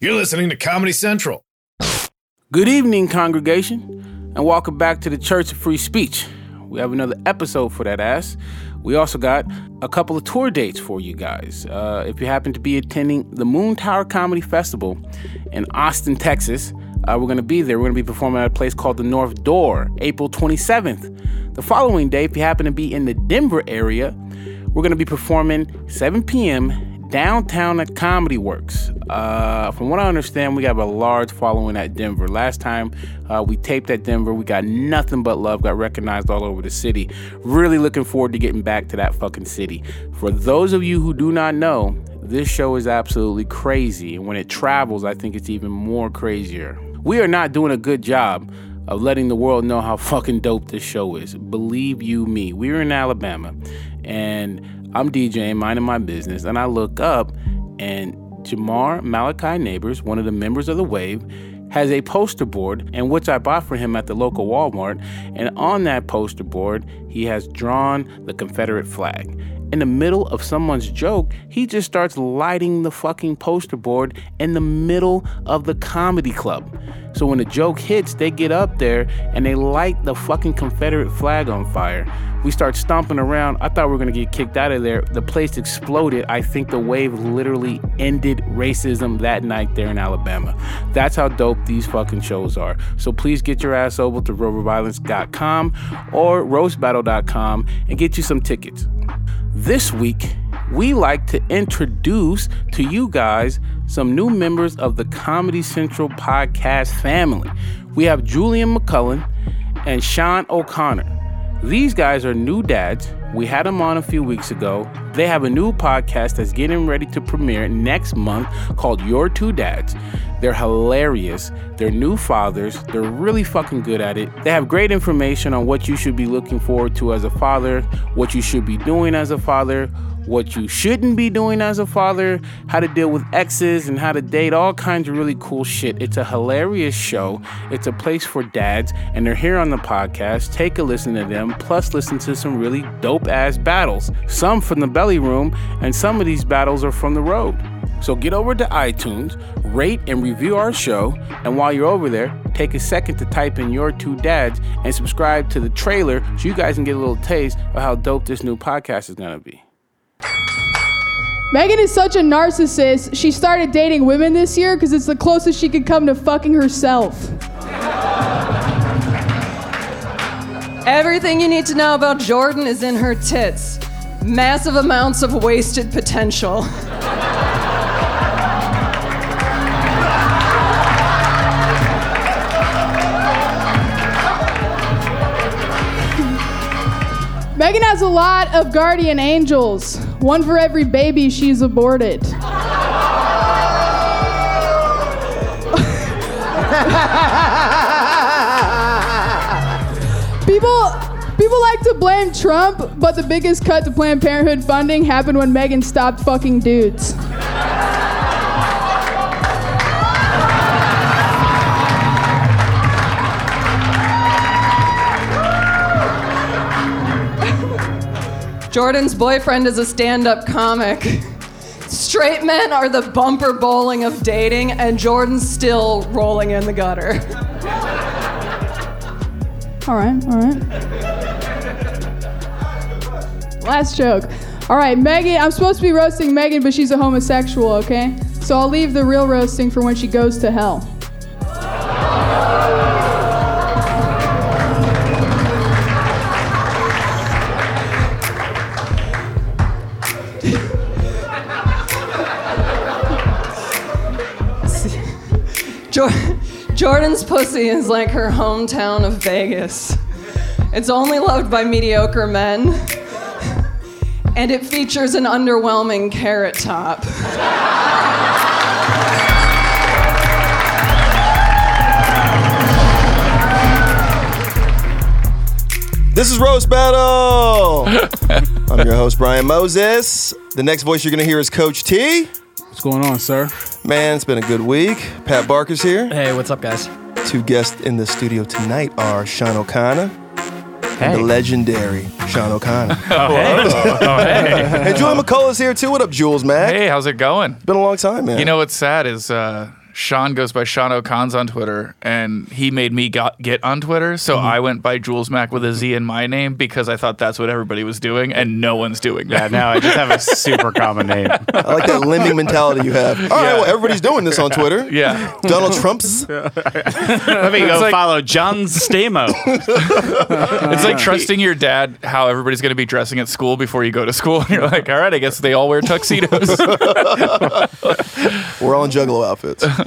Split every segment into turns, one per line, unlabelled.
You're listening to Comedy Central.
Good evening, congregation, and welcome back to the Church of Free Speech. We have another episode for that ass. We also got a couple of tour dates for you guys. Uh, if you happen to be attending the Moon Tower Comedy Festival in Austin, Texas, uh, we're going to be there. We're going to be performing at a place called the North Door, April 27th. The following day, if you happen to be in the Denver area, we're going to be performing 7 p.m. downtown at Comedy Works. Uh, from what I understand, we have a large following at Denver. Last time uh, we taped at Denver, we got nothing but love, got recognized all over the city. Really looking forward to getting back to that fucking city. For those of you who do not know, this show is absolutely crazy. And when it travels, I think it's even more crazier. We are not doing a good job of letting the world know how fucking dope this show is. Believe you me, we're in Alabama and I'm DJing, minding my business, and I look up and Jamar Malachi Neighbors, one of the members of the Wave, has a poster board, and which I bought for him at the local Walmart. And on that poster board, he has drawn the Confederate flag. In the middle of someone's joke, he just starts lighting the fucking poster board in the middle of the comedy club. So when the joke hits, they get up there and they light the fucking Confederate flag on fire. We start stomping around. I thought we were gonna get kicked out of there. The place exploded. I think the wave literally ended racism that night there in Alabama. That's how dope these fucking shows are. So please get your ass over to roverviolence.com or roastbattle.com and get you some tickets. This week, we like to introduce to you guys some new members of the Comedy Central podcast family. We have Julian McCullen and Sean O'Connor. These guys are new dads. We had them on a few weeks ago. They have a new podcast that's getting ready to premiere next month called Your Two Dads. They're hilarious. They're new fathers. They're really fucking good at it. They have great information on what you should be looking forward to as a father, what you should be doing as a father, what you shouldn't be doing as a father, how to deal with exes, and how to date, all kinds of really cool shit. It's a hilarious show. It's a place for dads, and they're here on the podcast. Take a listen to them, plus, listen to some really dope ass battles, some from the belly room, and some of these battles are from the road. So get over to iTunes, rate and review our show, and while you're over there, take a second to type in your two dads and subscribe to the trailer so you guys can get a little taste of how dope this new podcast is gonna be.
Megan is such a narcissist. She started dating women this year because it's the closest she could come to fucking herself.
Everything you need to know about Jordan is in her tits. Massive amounts of wasted potential.
Megan has a lot of guardian angels, one for every baby she's aborted. people, people like to blame Trump, but the biggest cut to Planned Parenthood funding happened when Megan stopped fucking dudes.
Jordan's boyfriend is a stand up comic. Straight men are the bumper bowling of dating, and Jordan's still rolling in the gutter.
All right, all right. Last joke. All right, Megan, I'm supposed to be roasting Megan, but she's a homosexual, okay? So I'll leave the real roasting for when she goes to hell.
Jor- Jordan's pussy is like her hometown of Vegas. It's only loved by mediocre men, and it features an underwhelming carrot top.
This is Roast Battle. I'm your host, Brian Moses. The next voice you're going to hear is Coach T.
What's going on, sir?
Man, it's been a good week. Pat Barker's here.
Hey, what's up, guys?
Two guests in the studio tonight are Sean O'Connor and the legendary Sean O'Connor.
Oh,
hey, Julian McCullough's here too. What up, Jules, man?
Hey, how's it going?
Been a long time, man.
You know what's sad is uh, Sean goes by Sean O'Cons on Twitter, and he made me got, get on Twitter. So
Mm-hmm.
I went by Jules Mac with a Z in my name because I thought that's what everybody was doing, and no one's doing
Yeah,
that.
now I just have a super common name.
I like that lemming mentality you have. All right, well, everybody's doing this on Twitter.
Yeah.
Donald Trump's.
Let me go
like-
follow John Stamos.
It's like trusting your dad how everybody's going to be dressing at school before you go to school. And you're like, all right, I guess they all wear tuxedos.
We're all in juggalo outfits. Uh,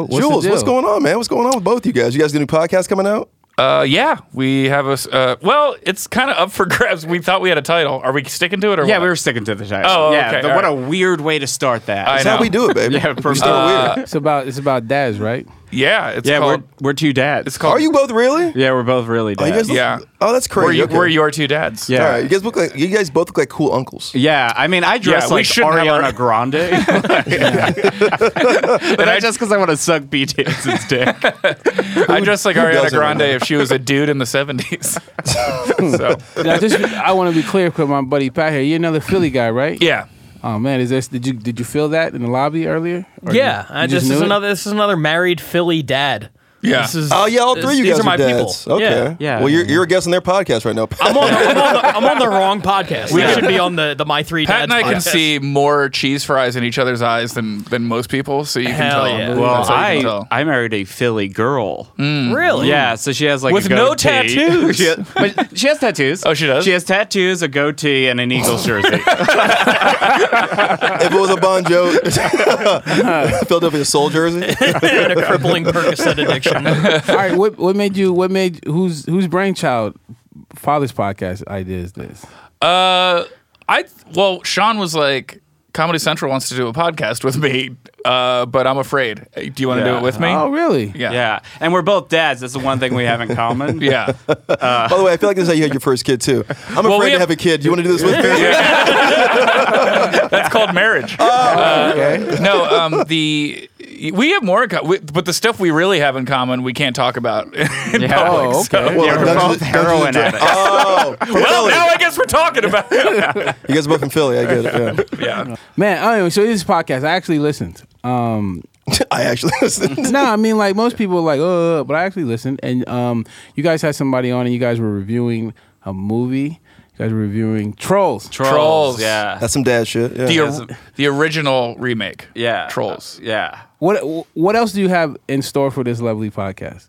What's the
Jules, what's
deal?
going on, man? What's going on with both you guys? You guys got a new podcast coming out?
uh, yeah, we have a. s- Uh, well, it's kind of up for grabs. We thought we had a title. Are we sticking to it or
yeah,
what?
we were sticking to the title.
Oh,
yeah.
okay,
the-
all
what
right.
a weird way to start that.
I
That's
know.
how we do it, baby.
Yeah,
we start weird.
It's about it's about Daz, right?
Yeah, it's
yeah,
called.
we're we're two dads.
it's called.
Are you both really?
yeah, we're both really
Oh, you
dads.
guys look-
Uh, Yeah.
Oh, that's
We're,
crazy.
you,
okay.
we're your two dads.
Yeah.
All right, you guys look like you guys both look like cool uncles.
yeah, I mean, I dress
Yeah, we
like
shouldn't have
Ariana
our-
Grande, but
I-
I just because I want to suck B Davidson's dick.
I dress like Ariana
doesn't
Grande
really?
if she was a dude in the 70s. so,
Now, just I want to be clear with my buddy Pat here. You're another Philly guy, right?
yeah.
Oh man, is this did you did you feel that in the lobby earlier? Or
Yeah,
you- you
I, this
just
is
knew it?
another this is another married Philly dad.
Yeah.
This is
Oh yeah, all
this-
three of you
these
guys
are my
dads.
people.
Okay.
Yeah.
Yeah.
Well, you're, you're a guest on their podcast right now.
I'm on, the, I'm, on the, I'm on the wrong podcast. We should be on the, the My Three
Pat and
Dads
I
podcast.
can see more cheese fries in each other's eyes than, than most people, so you can
Hell
tell.
yeah.
Well,
That's how you can
I
tell.
I married a Philly girl.
mm.
Really?
Yeah, so she has like
With
a
no
goatee.
tattoos.
she, but she has tattoos.
Oh, she does?
She has tattoos, a goatee, and an Eagles jersey.
if it was a Bon Joe, Philadelphia Soul jersey.
and a crippling Percocet addiction.
All right, what what made you what made whose whose brainchild father's podcast idea is this?
Uh, I well, Sean was like, Comedy Central wants to do a podcast with me, uh, but I'm afraid. Uh, Do you want to do
Yeah.
it with me?
Oh really?
yeah.
yeah, and we're both dads. That's the one thing we have in common.
Yeah.
By the way, I feel like this is how you had your first kid too. I'm
Uh. Well,
afraid
we
to
have-
have a kid. Do you want to do this with me?
That's called marriage.
Oh,
Uh, No, um, the we have more, in co- we, but the stuff we really have in common, we can't talk about. in
Yeah.
public,
Oh,
so-
okay.
Well,
Yeah,
like
we're
Dungeons-
both
Dungeons
heroin
and Dra-
addicts.
Oh, from
well,
Philly.
now I guess we're talking about it.
you guys are both from Philly. Oh, I get it.
yeah.
Man, I mean, so this podcast I actually listened. Um,
Yeah. I actually listened.
no, I mean like most people are like, uh, but I actually listened. And um, you guys had somebody on, and you guys were reviewing a movie. You guys were reviewing Trolls.
Trolls.
Yeah.
That's some dad shit. Yeah.
The, or- the original remake.
Yeah.
Trolls.
Yeah.
What what else do you have in store for this lovely podcast?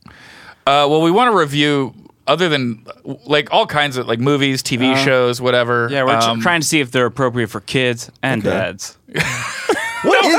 Uh, well, we want to review other than like all kinds of like movies, TV shows, whatever.
Uh-huh. Yeah, we're tr-
Um,
trying to see if they're appropriate for kids and dads.
what is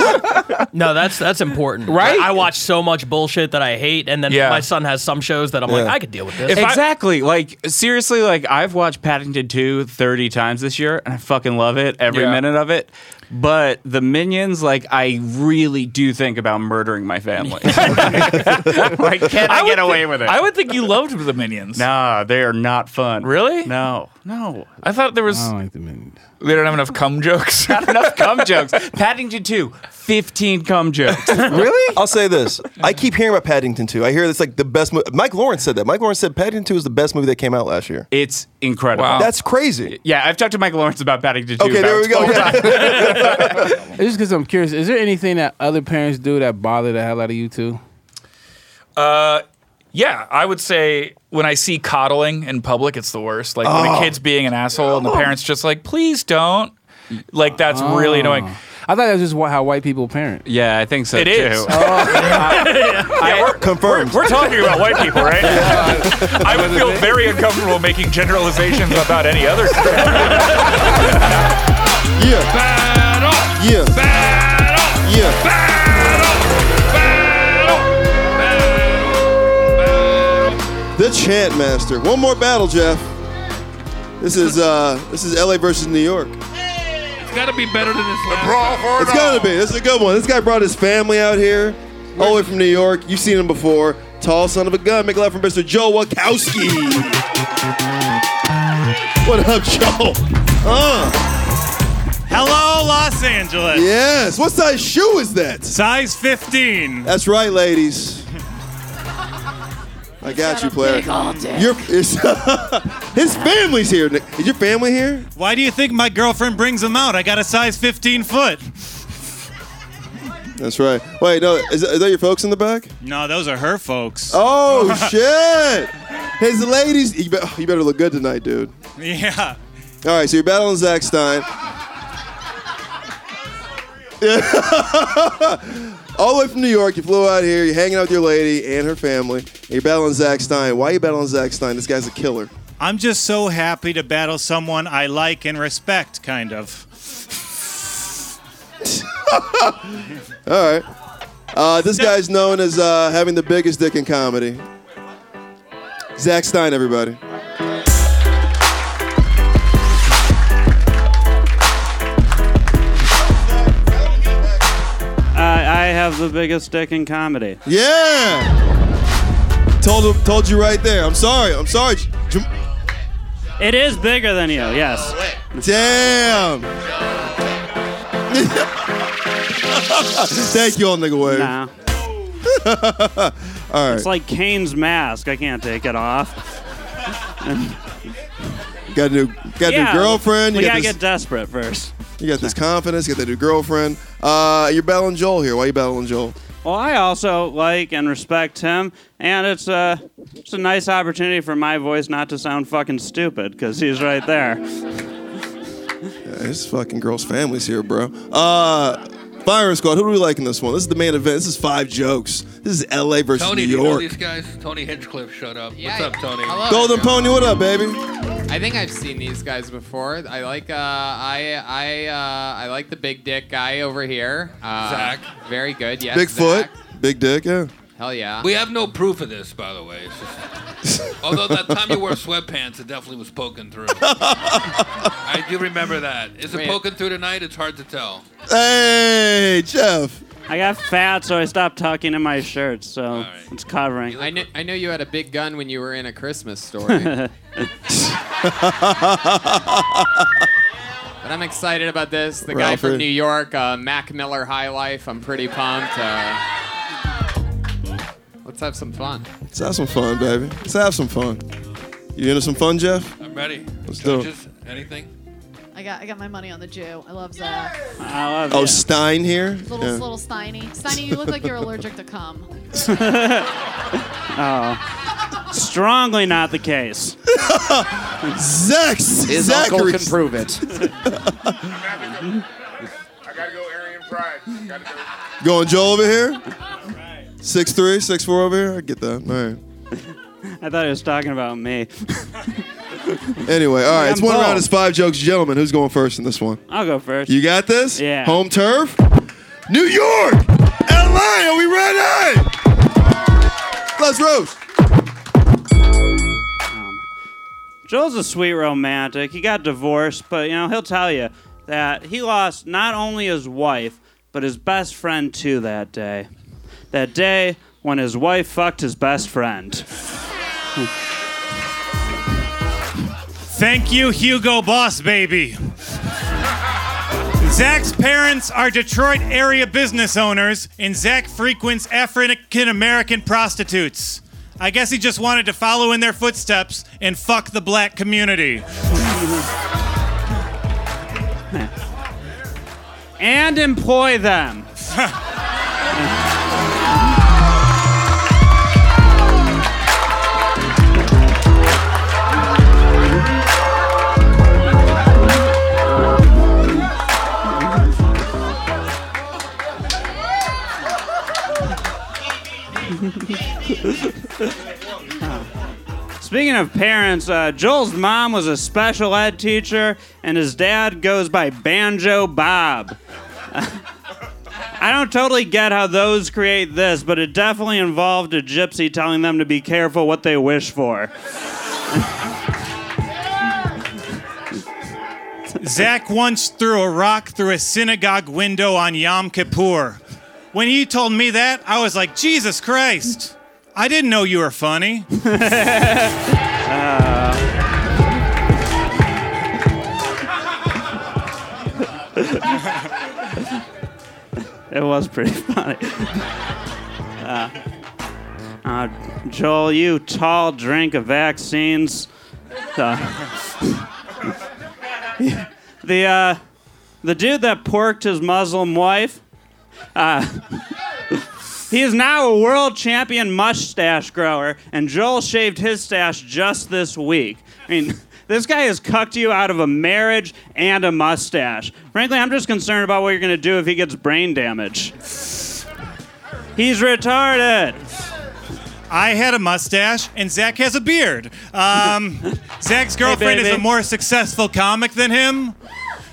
it?
No, that's that's important.
Right?
I, I watch so much bullshit that I hate, and then
Yeah.
my son has some shows that I'm like,
Yeah.
I could deal with this.
If I-
Exactly. like seriously, like I've watched Paddington 2 30 times this year and I fucking love it every
Yeah.
minute of it. But the minions, like I really do think about murdering my family. like can I,
would
get
thi-
away with it?
I would think you loved the Minions.
Nah, they are not fun.
Really?
No. No.
I thought there was
I don't like the minutes.
they don't have enough cum jokes.
Enough cum jokes. Paddington 2, 15 cum jokes.
Really? I'll say this. I keep hearing about Paddington 2. I hear it's like the best movie. Mike Lawrence said that. Mike Lawrence said Paddington 2 is the best movie that came out last year.
It's incredible.
Wow.
That's crazy.
Yeah, I've talked to Michael Lawrence about Paddington 2.
Okay, there
about
we go.
12
Yeah.
It's just because I'm curious. Is there anything that other parents do that bother the hell out of you two?
Uh, yeah, I would say when I see coddling in public, it's the worst. Like
Oh.
when the kid's being an asshole and the parents just like, please don't. Like that's
Oh.
really annoying.
I thought that was just wh- how white people parent.
Yeah, I think so
It
too.
is.
Oh,
Confirmed.
We're talking about white people, right? I would feel very uncomfortable making generalizations about any other.
Yeah. Yeah. Yeah. The chant master. One more battle, Jeff. This is uh this is LA versus New York.
It's got to be better than this.
It's gotta be. This is a good one. This guy brought his family out here, all the way from New York. You've seen him before. Tall son of a gun. Make love for Mr. Joe Wachowski. What up, Joe? Uh,
Hello, Los Angeles.
yes. What size shoe is that?
Size 15.
That's right, ladies. I got you, player. Your it's, his family's here. Nick. Is your family here?
Why do you think my girlfriend brings them out? I got a size 15 foot.
That's right. Wait, no, is, are that your folks in the back?
No, those are her folks.
Oh shit! His ladies, you, be- you better look good tonight, dude.
Yeah.
All right, so you're battling Zack Stein. All the way from New York, you flew out here. You're hanging out with your lady and her family. and you're battling Zack Stein. Why are you battling Zack Stein? This guy's a killer.
I'm just so happy to battle someone I like and respect, kind of.
All right. Uh, this guy's known as uh, having the biggest dick in comedy. Zack Stein, everybody.
I, I have the biggest dick in comedy.
Yeah. Told him, told you right there. I'm sorry. I'm sorry. Jam-
It is bigger than you, yes.
Damn. Thank you, all nigga wave.
Nah. It's like Kane's mask. I can't take it off.
Got a new, got a new girlfriend.
We
You got,
gotta
this,
get desperate first.
you got this confidence. You got that new girlfriend. Uh, you're battling Joel here. Why you battling Joel?
Well, I also like and respect him, and it's a it's a nice opportunity for my voice not to sound fucking stupid because he's right there.
Yeah, this fucking girl's family's here, bro. Uh, firing squad. Who do we like in this one? This is the main event. This is five jokes. This is L.A. versus
Tony,
New
do you know
York.
these guys? Tony Hinchcliffe showed up.
Yeah,
What's up, Tony?
I love
Golden
it, bro.
Pony, what up, baby?
I think I've seen these guys before. I like uh, I I uh, I like the big dick guy over here. Uh,
Zach.
very good. Yes,
Bigfoot,
Zach.
big dick. Yeah.
Hell yeah.
We have no proof of this, by the way. It's just- although that time you wore sweatpants, it definitely was poking through. I do remember that. Is it
Wait.
poking through tonight? It's hard to tell.
Hey, Jeff.
I got fat, so I stopped tucking in my shirt, so it's covering.
I knew I knew you had a big gun when you were in a Christmas story. But I'm excited about this. The guy
Ralphie.
from New York, uh, Mac Miller High Life. I'm pretty pumped. Uh, let's have some fun.
Let's have some fun, baby. Let's have some fun. You into some fun, Jeff?
I'm ready.
Let's do it.
Judges, anything?
I got I got my money on the Jew. I love Zach.
Oh, Stein here.
Little little Steiny. Steiny, you look like you're allergic to cum.
oh, strongly not the case.
Zex.
His uncle can prove it.
Going Joel over here. Six three, six four over here. I get that. All
I thought he was talking about me.
right. Anyway, all right. It's
I'm
one
bald.
round. It's five jokes, gentlemen. Who's going first in this one?
I'll go first.
You got this?
Yeah.
Home turf. New York. L.A. Are we ready? Let's roast.
Joel's a sweet romantic. He got divorced, but you know he'll tell you that he lost not only his wife but his best friend too that day. That day when his wife fucked his best friend.
Thank you, Hugo Boss, baby. Zach's parents are Detroit area business owners, and Zach frequents African American prostitutes. I guess he just wanted to follow in their footsteps and fuck the black community.
and employ them. Speaking of parents, uh, Joel's mom was a special ed teacher, and his dad goes by Banjo Bob. I don't totally get how those create this, but it definitely involved a gypsy telling them to be careful what they wish for.
Zach once threw a rock through a synagogue window on Yom Kippur. When you told me that, I was like, Jesus Christ, I didn't know you were funny.
Uh, It was pretty funny. Uh, uh, Joel, you tall drink of vaccines. Uh, the uh, the dude that porked his Muslim wife, Uh, he is now a world champion mustache grower, and Joel shaved his stash just this week. I mean, this guy has cucked you out of a marriage and a mustache. Frankly, I'm just concerned about what you're going to do if he gets brain damage. He's retarded.
I had a mustache, and Zach has a beard. Um, Zach's girlfriend is
baby.
a more successful comic than him.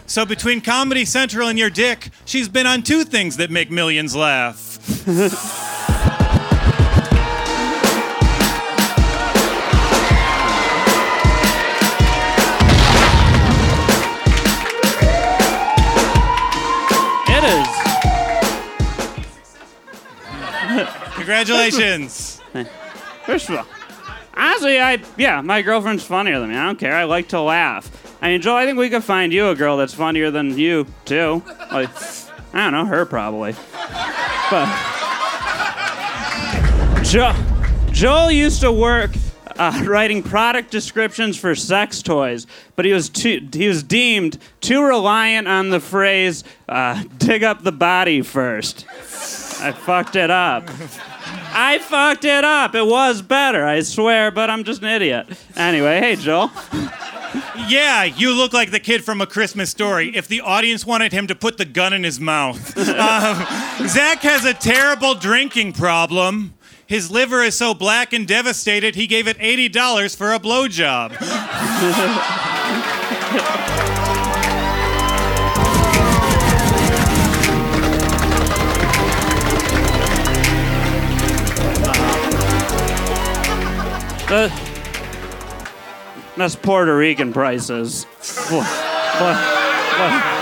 So between Comedy Central and your dick, she's been on two things that make millions laugh.
It is.
Congratulations.
First of all, honestly, I yeah, my girlfriend's funnier than me. I don't care. I like to laugh. I mean, Joel, I think we could find you a girl that's funnier than you too. Like, I don't know, her probably. But jo- Joel used to work uh, writing product descriptions for sex toys, but he was too, he was deemed too reliant on the phrase uh, "dig up the body first. I fucked it up. I fucked it up. It was better, I swear, but I'm just an idiot. Anyway, hey Joel.
Yeah, you look like the kid from A Christmas Story. If the audience wanted him to put the gun in his mouth, um, Zach has a terrible drinking problem. His liver is so black and devastated, he gave it eighty dollars for a blowjob.
Uh, that's Puerto Rican prices. What- what-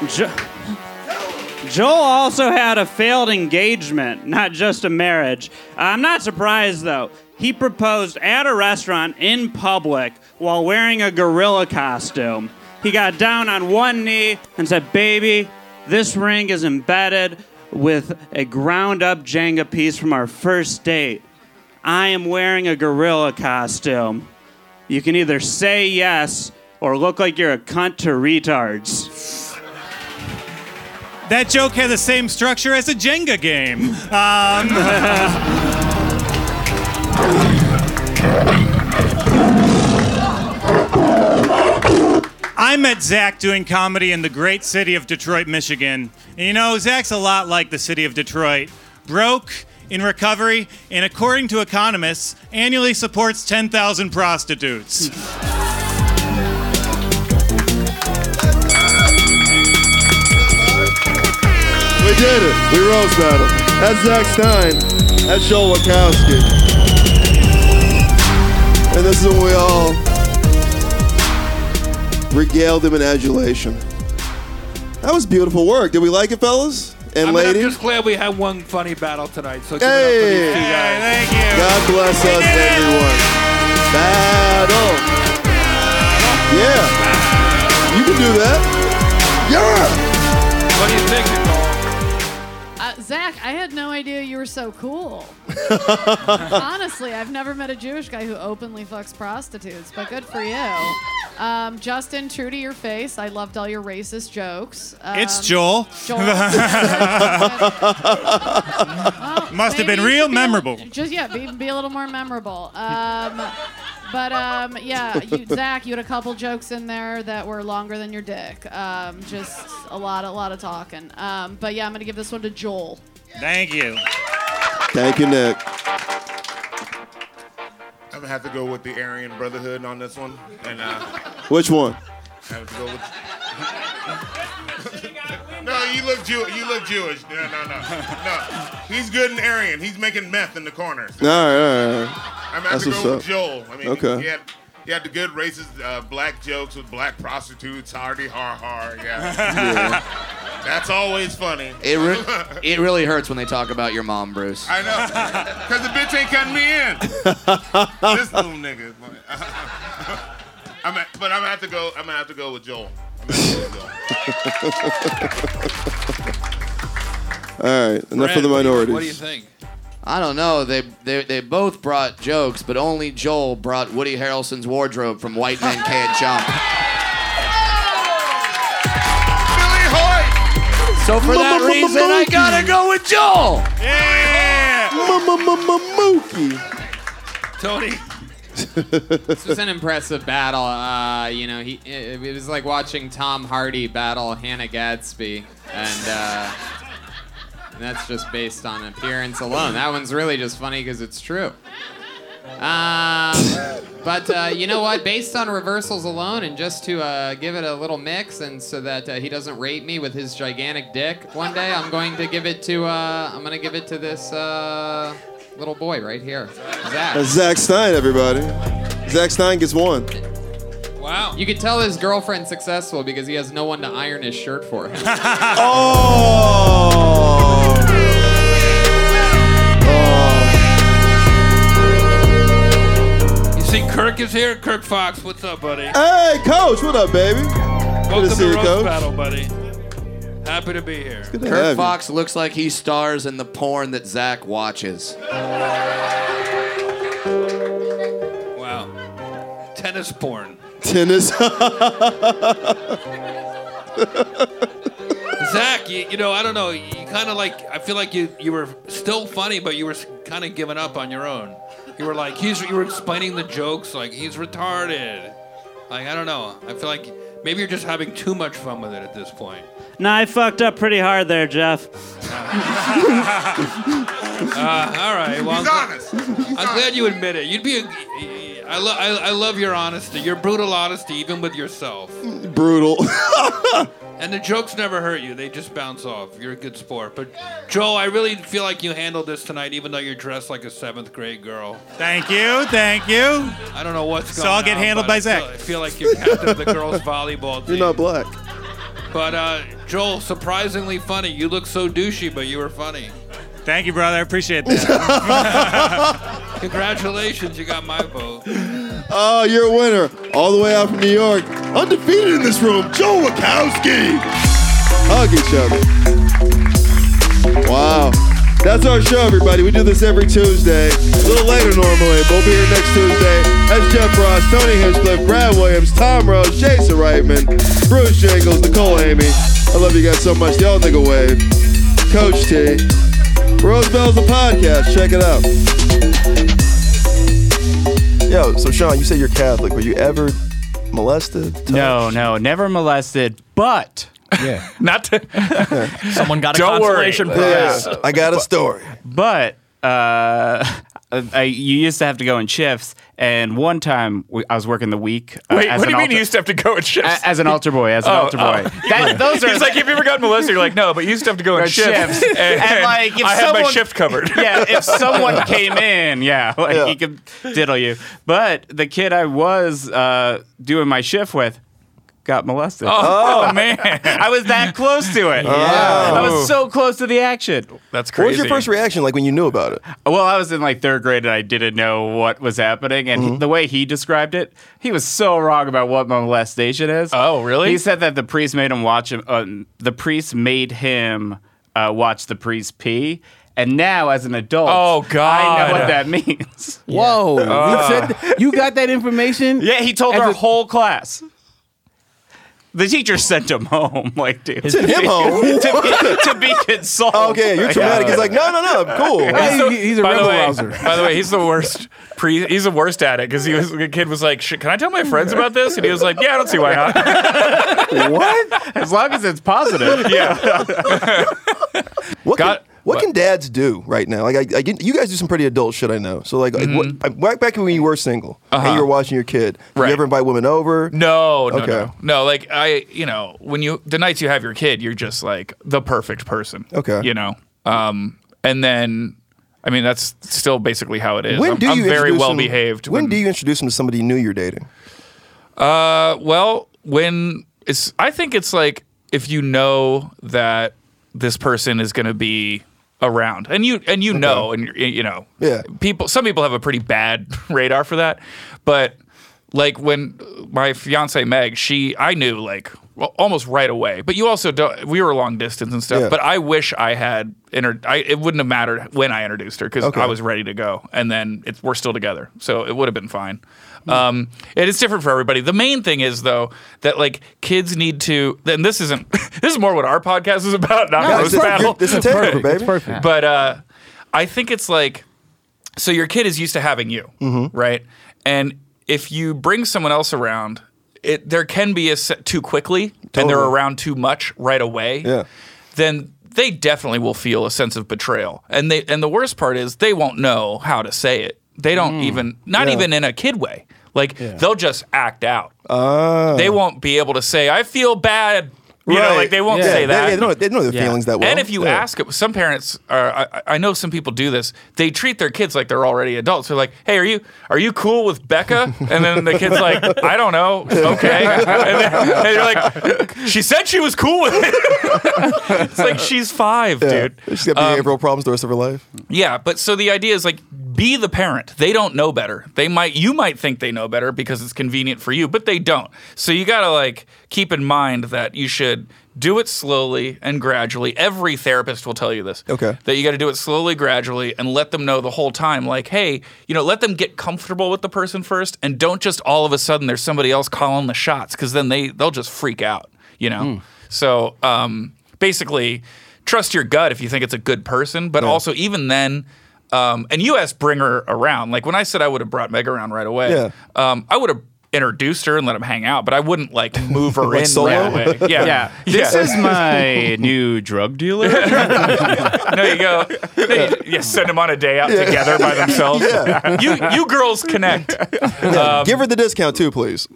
what- Jo- Joel also had a failed engagement, not just a marriage. I'm not surprised though. He proposed at a restaurant in public while wearing a gorilla costume. He got down on one knee and said, Baby, this ring is embedded with a ground up Jenga piece from our first date. I am wearing a gorilla costume. You can either say yes or look like you're a cunt to retards.
That joke had the same structure as a Jenga game. Um, I met Zach doing comedy in the great city of Detroit, Michigan. And you know, Zach's a lot like the city of Detroit broke, in recovery, and according to economists, annually supports 10,000 prostitutes.
We did it. We roast battle. That's Zach Stein. That's Joel Wachowski. And this is when we all regale them in adulation. That was beautiful work. Did we like it, fellas? And
I mean, I'm
ladies?
just glad we had one funny battle tonight. So give it up for
Hey!
these two guys.
thank you.
God bless us, everyone. Battle. Yeah. You can do that. Yeah.
What do you think, Nicole?
Uh, Zach, I had no idea you were so cool. Honestly, I've never met a Jewish guy who openly fucks prostitutes, but good for you. Um, Justin, true to your face, I loved all your racist jokes. Um,
It's Joel.
Joel.
Must have
maybe
been
you
real
should be a-
memorable.
just yeah, be, be a little more memorable. Um, but um, yeah, you, Zach, you had a couple jokes in there that were longer than your dick. Um, just a lot, a lot of talking. Um, but yeah, I'm gonna give this one to Joel.
Thank you.
Thank you, Nick.
I'm gonna have to go with the Aryan Brotherhood on this one, and uh,
Which one?
I have to go with. no, you look Jew. You look Jewish. No, no, no, no. He's good and Aryan. He's making meth in the corner.
All right, all right, all right.
I'm gonna have
That's
to
what's
go
up.
with Joel. I mean,
okay.
he had he had the good racist uh, black jokes with black prostitutes, hardy har har. Yeah. That's always funny.
It, re- it really hurts when they talk about your mom, Bruce.
I know, cause the bitch ain't cutting me in. this little nigga. is funny. I'm at, but I'm gonna have to go. I'm gonna have to go with Joel. I'm gonna have to go with Joel.
All right, enough of the minorities.
think?
I don't know. They, they they both brought jokes, but only Joel brought Woody Harrelson's wardrobe from White Men Can't Jump.
So for that reason, I gotta go with Joel.
Yeah.
Mookie.
Tony.
this was an impressive battle. Uh, you know, he it, it was like watching Tom Hardy battle Hannah Gadsby, and uh, and that's just based on appearance alone. That one's really just funny because it's true. Um, but uh, you know what? Based on reversals alone, and just to uh, give it a little mix, and so that uh, he doesn't rape me with his gigantic dick one day, I'm going to give it to uh, I'm gonna give it to this uh, little boy right here, Zach.
That's Zach Stein, everybody. Zach Stein gets one.
Wow. You could tell his girlfriend's successful because he has no one to iron his shirt for him.
oh.
You see, Kirk is here. Kirk Fox, what's up, buddy?
Hey, Coach, what up, baby?
Welcome
Good to see you,
roast
Coach.
battle, buddy. Happy to be here.
good to have
Kirk
you.
Fox looks like he stars in the porn that Zach watches.
Wow. Tennis porn.
Tennis.
Zach, you, you know, I don't know. You kind of like, I feel like you, you were still funny, but you were kind of giving up on your own. You were like, he's, you were explaining the jokes like he's retarded. Like, I don't know. I feel like maybe you're just having too much fun with it at this point.
Nah, I fucked up pretty hard there, Jeff.
Uh, all right. Well,
He's
I'm,
honest.
I'm glad you admit it. You'd be a, I, lo- I, I love your honesty, your brutal honesty, even with yourself.
Brutal.
And the jokes never hurt you; they just bounce off. You're a good sport. But Joel, I really feel like you handled this tonight, even though you're dressed like a seventh grade girl.
Thank you, thank you.
I don't know what's
So
going on.
I'll get handled
but
by
I feel-
Zach.
I feel like you're captain of the girls' volleyball
You're
team.
not black.
But uh, Joel, surprisingly funny. You look so douchey, but you were funny.
Thank you, brother. I appreciate that.
Congratulations, you got my vote.
Oh, you're a winner. All the way out from New York. Undefeated in this room, Joe Wachowski. Hug each other. Wow. That's our show, everybody. We do this every Tuesday. A little later normally, but we'll be here next Tuesday. That's Jeff Ross, Tony Hinchcliffe, Brad Williams, Tom Rose, Jason Reitman, Bruce Jingles, Nicole Amy. I love you guys so much. Y'all nigga wave. Coach T. Rose Bell's a podcast. Check it out. Yo, so Sean, you say you're Catholic. Were you ever molested?
No, no, never molested, but
yeah,
not to,
Someone got a Don't worry. consolation prize. Yeah, I got a story.
But uh, I, you used to have to go in shifts, and one time we, I was working the week. uh,
Wait,
as
what
an
do you mean
altar-
you used to have to go and shifts? Oh,
A- as an altar boy, as an altar boy. That- those are
He's like, have you ever gotten molested? You're like, no, but you used to have to go in
Right,
shifts.
shifts. And, like, if
I had my
someone-
shift covered.
yeah, if someone came in, yeah, like he could diddle you. But the kid I was uh, doing my shift with got molested.
Oh, man.
I was that close to it. I
Oh.
was so close to the action.
That's
What was your crazy. first
reaction like when you knew about it?
Well, I was in like third grade and I didn't know what was happening. And he- the way he described it, he was so wrong about what molestation is. Oh,
really?
He said that the priest made him watch him. Uh, the priest made him uh, watch the priest pee. And now, as an adult,
Oh,
I know what
God.
that means.
Whoa!
Uh.
you, said, you got that information?
Yeah, he told
As
our
a-
whole class. The teacher sent him home, like dude.
Sent him home?
to, be, to be consoled.
Okay, you're traumatic. He's like, no, no, no, I'm cool.
by the way, By the way, he's the worst. Pre- he's the worst at it because he was the kid was like, "Sh- "Can I tell my friends about this?" And he was like, "Yeah, I don't see why not."
what? As long as it's positive.
yeah.
What
can,
what can dads do right now? Like, I, I, get- you guys do some pretty adult shit, I know. So, like, like, what- I-
Back back when you were single and you were watching your kid, did
Right.
you ever invite women over?
No, Oh, no,
Okay.
no, no. Like I, you know, when you the nights you have your kid, you're just like the perfect person.
Okay.
you know, um, and then, I mean, that's still basically how it is.
When
I'm,
do
I'm
you
very
introduce
well
them-
behaved.
When, do you introduce them to somebody new you're dating?
Uh, well, when it's, I think it's like if you know that this person is going to be around, and you and you know, and you you know,
Yeah.
people. Some people have a pretty bad radar for that, but like when my fiance Meg, she I knew like well, almost right away. But you also don't. We were long distance and stuff.
Yeah.
But I wish I had. Inter- I, it wouldn't have mattered when I introduced her because
Okay.
I was ready to go, and then it, we're still together, so it would have been fine. Um, it is different for everybody. The main thing is though that like kids need to. Then this isn't. this is more what our podcast is about. Not
Yeah,
roast
it's a-
battle.
it's a takeover, Perfect. baby. It's perfect.
But uh, I think it's like so your kid is used to having you,
"Mm-hmm."
Mm-hmm.
right? And if you bring someone else around, it there can be a set too quickly, and they're
Totally.
around too much right away.
Yeah.
Then they definitely will feel a sense of betrayal, and they and the worst part is they won't know how to say it. They don't even, not
Mm. Yeah.
even in a kid way. Like
Yeah.
they'll just act out.
Uh,
they won't be able to say, "I feel bad." You know,
Right.
like they won't
Yeah.
say
They-
that.
they don't- they don't know their feelings that well.
And if you
Yeah.
ask ask some parents are I, I know some people do this they treat their kids like they're already adults they're like hey are you are you cool with becca and then the kid's like i don't know okay and, then, and you're like she said she was cool with it it's like she's five
yeah.
dude
She's got
Um,
behavioral problems the rest of her life.
yeah, but so the idea is like be the parent. They don't know better. They might you might think they know better because it's convenient for you, but they don't. So you got to like keep in mind that you should do it slowly and gradually. Every therapist will tell you this.
Okay.
That you got to do it slowly, gradually and let them know the whole time like, "Hey, you know, let them get comfortable with the person first and don't just all of a sudden there's somebody else calling the shots cuz then they they'll just freak out, you
Hmm.
know." So, um basically trust your gut if you think it's a good person, but also even then, um, and you asked bring her around. Like when I said I would have brought Meg around right away,
Yeah.
um, I would have introduced her and let him hang out, but I wouldn't like move her
Like
in
solo?
right away. Yeah.
Yeah. This is my new drug dealer.
no, you go. Hey, yeah, send them on a day out
Yeah.
together by themselves.
Yeah.
You you girls connect.
Yeah,
Um,
give her the discount too, please.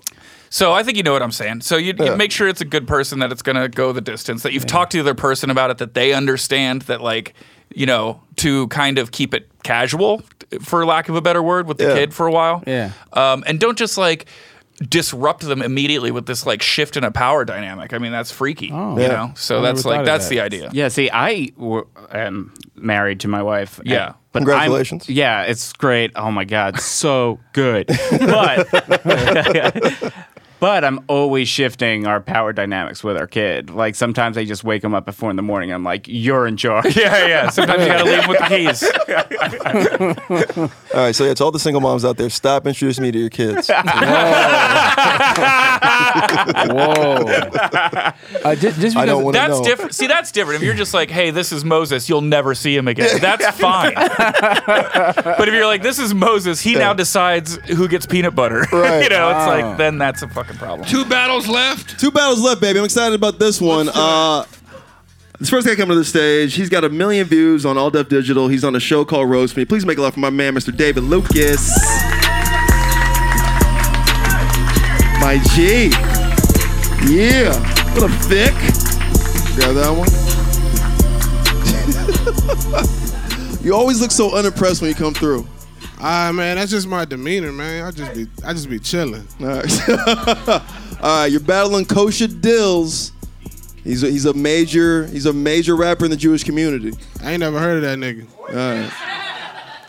So I think you know what I'm saying. So you, you
Yeah.
make sure it's a good person that it's going to go the distance. That you've talked to the other person about it. That they understand that like you know to kind of keep it casual, for lack of a better word, with the
Yeah.
kid for a while.
Yeah.
Um, and don't just like disrupt them immediately with this like shift in a power dynamic. I mean that's freaky. you
Yeah.
know. So that's like that's the idea.
Yeah. See, I w- am married to my wife.
Yeah.
and- but I'm-
Congratulations.
yeah, it's great. Oh my god, so good. but but I'm always shifting our power dynamics with our kid. Like sometimes I just wake him up at four in the morning. I'm like, you're in charge.
Yeah, yeah. Sometimes you gotta leave him with the keys.
all right, so yeah, to all the single moms out there, stop introducing me to your kids.
Uh, just, just
I don't
because-
wanna
That's different. See, that's different. If you're just like, "Hey, this is Moses," you'll never see him again. That's fine. but if you're like, "This is Moses," he now decides who gets peanut butter.
Right.
you know, it's
Ah.
like then that's a fucking problem.
Two battles left.
Two battles left, baby. I'm excited about this one. Uh, this first guy coming to the stage, he's got a million views on All Deaf Digital. He's on a show called Roast Me. Please make a lot for my man, Mr. David Lucas. My G. Yeah. What a thick. Grab that one. you always look so unimpressed when you come through.
Ah man, that's just my demeanor, man. I just be I just be chilling.
All right. All right, you're battling Kosha Dills. He's a, he's a major he's a major rapper in the Jewish community.
I ain't never heard of that nigga.
All right,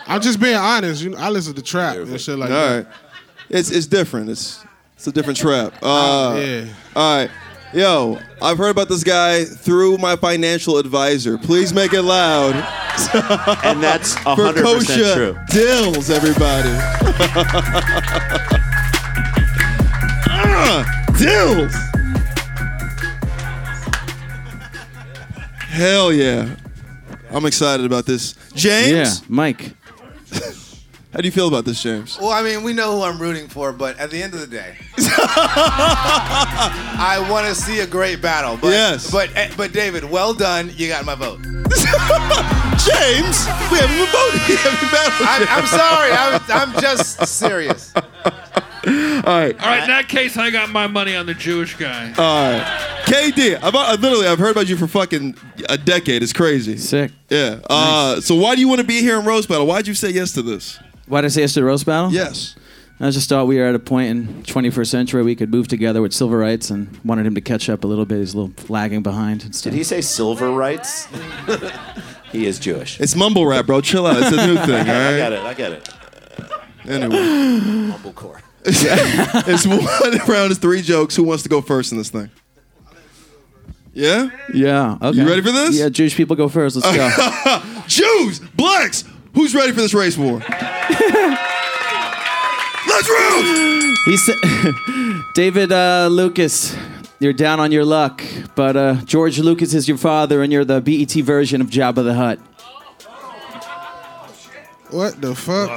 I'm just being honest. You know, I listen to trap and shit like
all
that.
right. It's it's different. It's it's a different trap. Uh,
yeah.
All right, yo, I've heard about this guy through my financial advisor. Please make it loud.
And that's
For
100%
Kosha
true.
Dills, everybody. Ah, Dills. Hell yeah. I'm excited about this. James?
Yeah, Mike.
How do you feel about this, James?
Well, I mean, we know who I'm rooting for, but at the end of the day, I want to see a great battle. But,
Yes.
But eh, but David, well done. You got my vote.
James, we haven't even voted. We haven't battled
I'm,
yet.
I'm sorry. I'm, I'm just serious.
All right.
All right, in that case, I got my money on the Jewish guy.
All right. KD, I've, I literally, I've heard about you for fucking a decade. It's crazy. Sick. Yeah. Uh, So why do you want to be here in Rose Battle? Why'd you say yes to this?
Why did I say yes to the roast battle?
Yes.
I just thought we were at a point in 21st century we could move together with civil rights and wanted him to catch up a little bit. He's a little lagging behind. And stuff.
Did he
say silver rights?
He is Jewish. It's mumble rap, bro. Chill out. It's a new thing, all right?
it.
Anyway.
Mumblecore.
it's one round is three jokes. Who wants to go first in this thing? Yeah?
Yeah. Okay.
You ready for this?
Yeah, Jewish people go first. Let's go.
Jews, blacks, who's ready for this race war? Let's root!
He said, David uh, Lucas, you're down on your luck, but uh, George Lucas is your father, and you're the BET version of Jabba the Hutt.
What the fuck?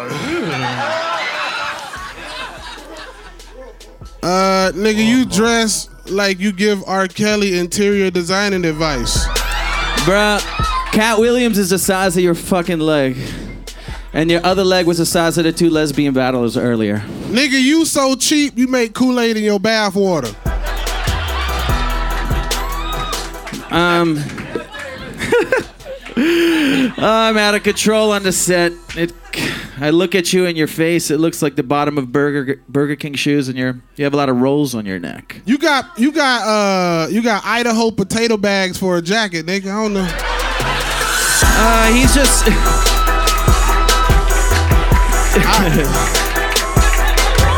Uh, nigga, you dress like you give R. Kelly interior designing advice.
Bruh, Cat Williams is the size of your fucking leg. And your other leg was the size of the two lesbian battlers earlier.
Nigga, you so cheap, you make Kool Aid in your bath water.
Um, I'm out of control on the set. It, I look at you in your face. It looks like the bottom of Burger Burger King shoes, and you're you have a lot of rolls on your neck.
You got you got uh you got Idaho potato bags for a jacket, nigga. I don't know.
Uh, he's just.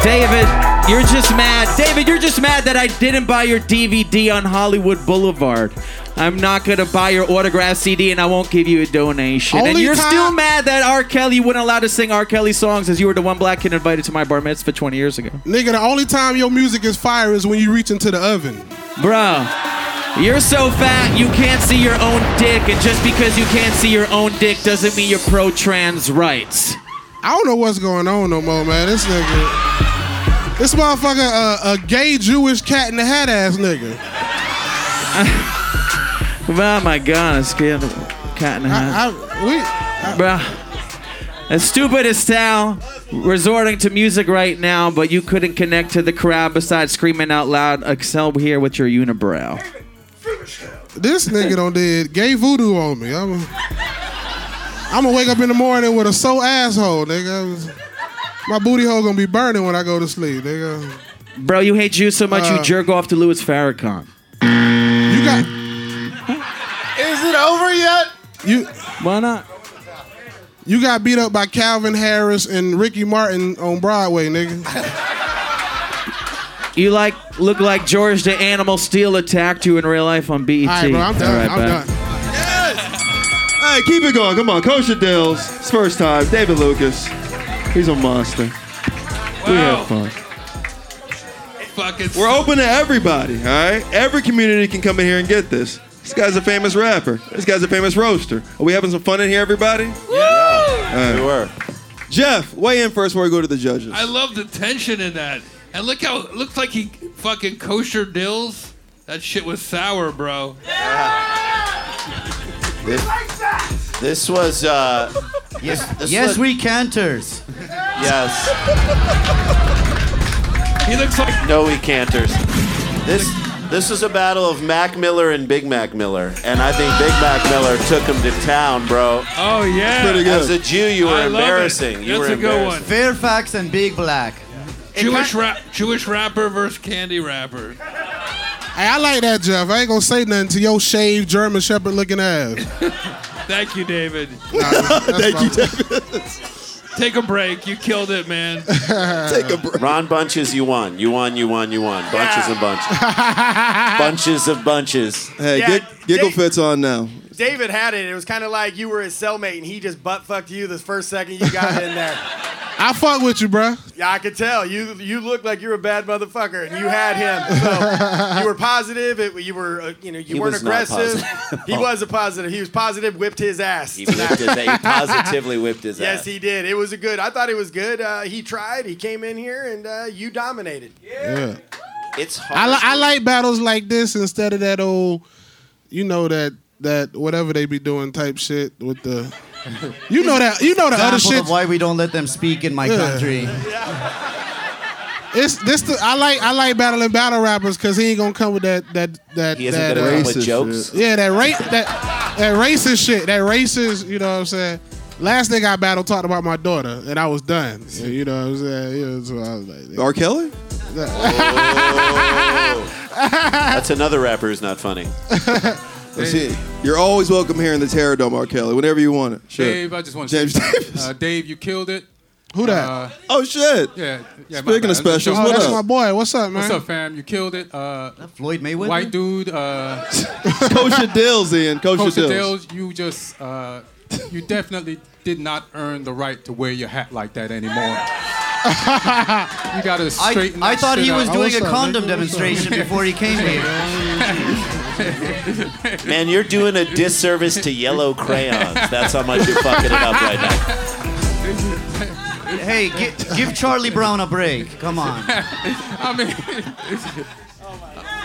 David, you're just mad. David, you're just mad that I didn't buy your DVD on Hollywood Boulevard. I'm not gonna buy your autograph CD, and I won't give you a donation. and
Only
you're
time-
still mad that R. Kelly wouldn't allow to sing R. Kelly songs, as you were the one black kid invited to my bar mitzvah 20 years ago.
Nigga, the only time your music is fire is when you reach into the oven.
Bro, you're so fat you can't see your own dick, and just because you can't see your own dick doesn't mean you're pro trans rights.
I don't know what's going on no more, man. This nigga. This motherfucker uh, a gay Jewish cat in the hat ass nigga.
Oh my god, I'm scared of cat in the
I,
hat.
we,
Bruh. As stupid as Sal, resorting to music right now, but you couldn't connect to the crowd besides screaming out loud, Excel here with your unibrow.
this nigga don't did gay voodoo on me. I'm gonna wake up in the morning with a so asshole, nigga. I was- my booty hole gonna be burning when I go to sleep, nigga.
Bro, you hate Jews so much
Uh.
you jerk off to Louis Farrakhan.
You got
Is it over yet?
You
why not?
You got beat up by Calvin Harris and Ricky Martin on Broadway, nigga.
You like look like George the Animal Steel attacked you in real life on BET.
All right, bro, I'm done.
E All right,
I'm
bye.
done.
Hey, keep it going. Come on, Coach Dills. It's first time. David Lucas. He's a monster. We have fun.
Fucking
We're open to everybody, all right? Every community can come in here and get this. This guy's a famous rapper. This guy's a famous roaster. Are we having some fun in here, everybody? Woo!
We
were. Jeff, weigh in first before we go to the judges.
I love the tension in that. And look how it looks like he fucking kosher dills. That shit was sour, bro.
This, this was. Uh, yes, this
Yes,
was,
we canters.
Yes.
He looks like
no, he canters. This this is a battle of Mac Miller and Big Mac Miller, and I think Big Mac Miller took him to town, bro.
Oh yeah.
As a Jew, you were embarrassing. You were embarrassing.
Fairfax and Big Black.
Jewish rap, Jewish rapper versus candy rapper.
Hey, I like that, Jeff. I ain't gonna say nothing to your shaved German Shepherd looking ass.
Thank you, David.
Thank you,
David. Take a break. You killed it, man.
Take a break. Ron Bunches, you won. You won, you won, you won. Bunches and bunches. bunches of bunches.
Hey,
Yeah,
gig- giggle fits on now.
David had it. It was kind of like you were his cellmate, and he just butt fucked you the first second you got in there.
I fuck with you, bruh.
Yeah, I could tell you. You looked like you were a bad motherfucker, and you had him. So you were positive. It, you were, uh, you know, you
He
weren't
was not
aggressive.
positive.
he was a positive. He was positive. Whipped his ass.
He, whipped his, he positively whipped his
yes,
ass.
he did. It was a good. I thought it was good. Uh, he tried. He came in here, and uh, you dominated.
Yeah.
It's hard.
I, li- I like battles like this instead of that old, you know that that whatever they be doing type shit with the, you know that you know the other
Example
shit.
of why we don't let them speak in my
Yeah.
country.
It's this. The, I like I like battling battle rappers because he ain't gonna come with that that that
He isn't
that uh,
gonna come with Racist jokes? shit.
Yeah, that ra- that that racist shit. That racist. You know what I'm saying. Last thing I battled talked about my daughter, and I was done. You know what I'm saying? You know, so I was like,
R. Kelly? Oh.
That's another rapper who's not funny.
Let's see. You're always welcome here in the Terror Dome, R. Kelly, whenever you want it. Sure.
Dave, I just want to
James
say,
Davis.
Uh, Dave, you killed it.
Who that?
Uh,
oh shit!
Yeah, yeah. my
Speaking
bad.
of specials,
Oh,
what
that's
up?
my
boy. What's up,
What's up, fam? You killed it. Uh,
Floyd Mayweather.
White dude. Uh,
Kosher Dills in. Kosher
Coach
Dills.
Dills, you just uh, you definitely did not earn the right to wear your hat like that anymore. you gotta
I,
straighten.
I
that
thought
shit
he was
out.
doing a condom demonstration before he came here.
Man, you're doing a disservice to yellow crayons. That's how much you're fucking it up right now.
hey, gi- give Charlie Brown a break. Come on.
I mean.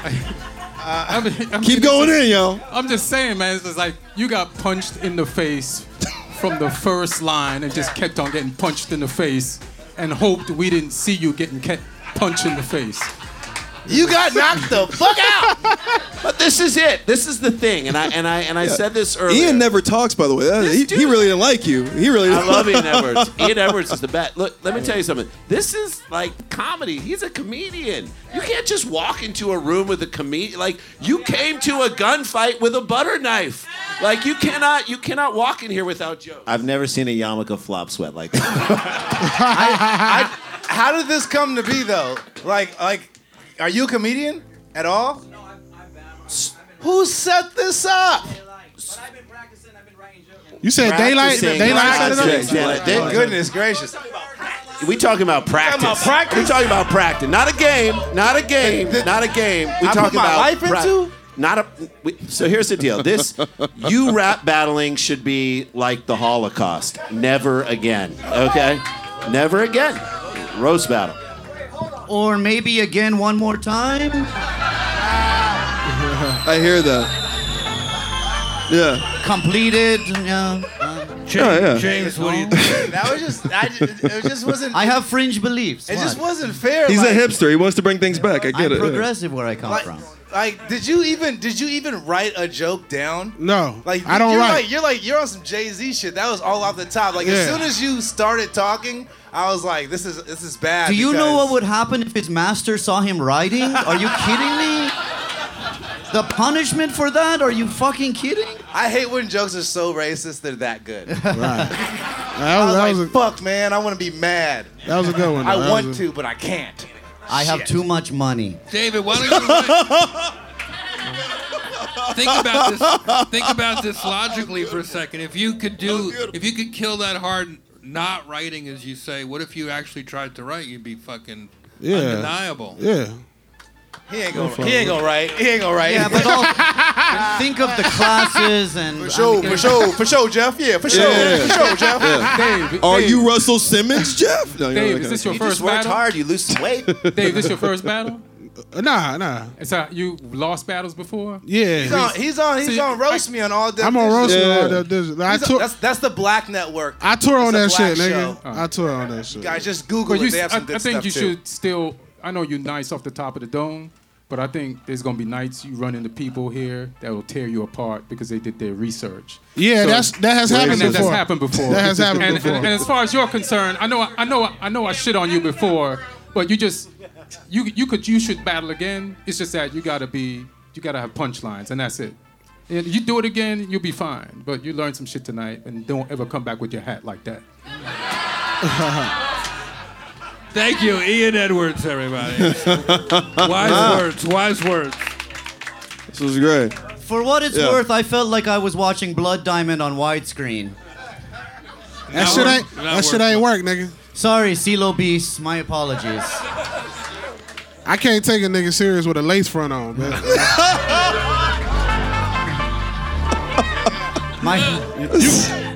I mean, I mean,
Keep going in, yo.
I'm just saying, man. It's just like you got punched in the face from the first line and just kept on getting punched in the face and hoped we didn't see you getting kept punched in the face.
You got knocked the fuck out. But this is it. This is the thing. And I and I and I
Yeah.
said this earlier.
Ian never talks, by the way. That- He, he really didn't like you. He really.
I love Ian Edwards. Ian Edwards is the best. Look, let me tell you something. This is like comedy. He's a comedian. You can't just walk into a room with a comedian. Like you came to a gunfight with a butter knife. Like you cannot you cannot walk in here without jokes.
I've
never seen a yarmulke flop sweat like that.
I, I, how did this come to be though? Like, like, are you a comedian at all? No, Who set this up?
You said daylight.
Practicing,
Daylight set it up.
practicing, yeah, they-
Goodness gracious!
We talking about practice.
Talking about practice?
We talking about practice. Not a game. Not a game. Not a game. We
I put
talking
my
about
life into?
Not a. We, so here's the deal. This you rap battling should be like the Holocaust. Never again. Okay. Never again. Roast battle.
Or maybe again one more time.
I hear that. Yeah.
Completed. Yeah.
James- yeah. James,
what do you
Oh, That was just, I, just- it just wasn't.
I have fringe beliefs.
It just
What?
wasn't fair.
He's
like,
a hipster. He wants to bring things back. I get
I'm
it. yeah.
progressive where I come
Like-
from.
Like, did you even did you even write a joke down?
No,
Like
I don't
you're
write.
Like, you're like you're on some Jay Z shit. That was all off the top. Like as
Yeah.
soon as you started talking, I was like, this is this is bad.
Do you know
because-
what would happen if his master saw him riding? Are you kidding me? The punishment for that? Are you fucking kidding?
I hate when jokes are so racist they're that good.
That
I
was,
was
that
like,
was
fuck, man, I want to be mad.
That was a good one,
I
though. That
want
was
to, but I can't.
I have
Shit.
too much money.
David, why don't you write- think about this? Think about this logically for a second. If you could do, if you could kill that hard not writing, as you say, what if you actually tried to write? You'd be fucking
Yeah.
undeniable.
Yeah.
He ain't
Go for
gonna. He ain't
it.
gonna write. He ain't gonna write.
Yeah, but all, think of the classes and
For sure, for sure, for sure, Jeff. Yeah, for sure, for sure, Jeff.
Yeah. Are you Russell Simmons, Jeff? No, you're
Dave,
not
is
gonna-
this your You just first worked battle? hard,
you lose weight.
Dave, this your first battle?
Nah, nah.
It's uh, you lost battles before?
Yeah.
He's on. He's on. He's
See,
on roast me on all.
I'm on roast me on all
the
that digital. I took-
that's that's the Black Network.
I tore on that
That's a
shit,
black
nigga.
show.
I tore on that shit.
Guys, just Google
But you
it. They
s-
have
I,
some good
I think
stuff
you
too.
should still. I know you're nice off the top of the dome, but I think there's gonna be nights you run into people here that will tear you apart because they did their research.
Yeah, that's- that has
and
happened
that-
before.
That's happened before.
That has happened
and,
before.
And, and as far as you're concerned, I know, I know, I know, I shit on you before, but you just, you, you could, you should battle again. It's just that you gotta be, you gotta have punchlines, and that's it. And you do it again, you'll be fine. But you learned some shit tonight, and don't ever come back with your hat like that.
Thank you, Ian Edwards, everybody. wise
Wow.
words, wise words.
This was great.
For what it's
Yeah.
worth, I felt like I was watching Blood Diamond on widescreen.
That shit ain't. That, shit ain't work, nigga.
Sorry, CeeLo Beast. My apologies.
I can't take a nigga serious with a lace front on, man.
My,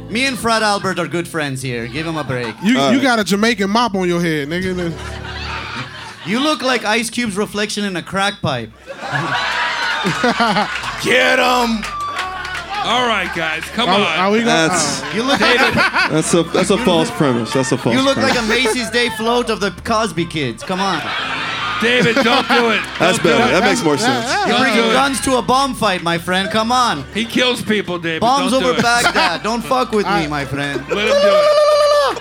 me and Fred Albert are good friends here. Give him a break.
You you got a Jamaican mop on your head, nigga.
You look like Ice Cube's reflection in a crack pipe.
Get him!
All right, guys, come
Are-
on.
are we gonna- Oh. That's-
You look like a,
That's a that's a false premise. That's a false.
you look
premise.
like a Macy's Day float of the Cosby Kids. Come on.
David, don't do it.
That's better. That makes more sense.
You're
Don't do
bringing
it.
guns to a bomb fight, my friend. Come on.
He kills people, David.
Bombs
don't do
over
it.
Baghdad. Don't fuck with me, my friend.
Let him do it.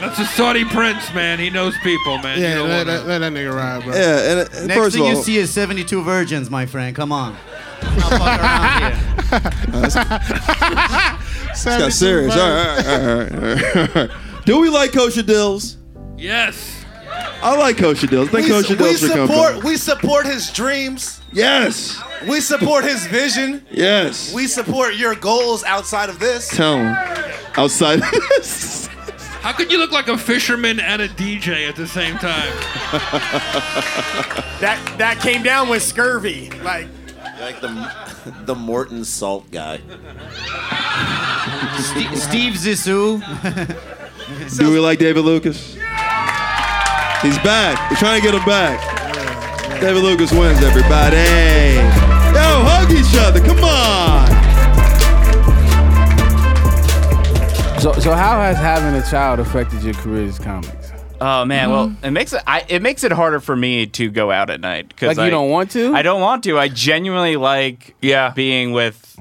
That's a Saudi prince, man. He knows people, man. You
Yeah,
don't
let,
wanna-
that, let that nigga ride, bro.
uh,
Next thing you see is 72 virgins, my friend. Come on.
It's got serious. All right, all right, all right, all right, all right. Do we like kosher dills?
Yes.
I like kosher dills. Thank
we,
kosher
we
dills for coming.
support. We support his dreams.
Yes.
We support his vision.
Yes.
We support your goals outside of this.
Tell 'em. Outside.
How could you look like a fisherman and a DJ at the same time?
That that came down with scurvy. Like
Like the the Morton Salt guy.
Steve, Steve Zissou.
Do we like David Lucas? He's back. We're trying to get him back. David Lucas wins, everybody. Yo, hug each other. Come on.
So, so how has having a child affected your career as comics?
Oh man, well it makes it I, it makes it harder for me to go out at night because
Like, you don't want to.
I don't want to. I genuinely like yeah being with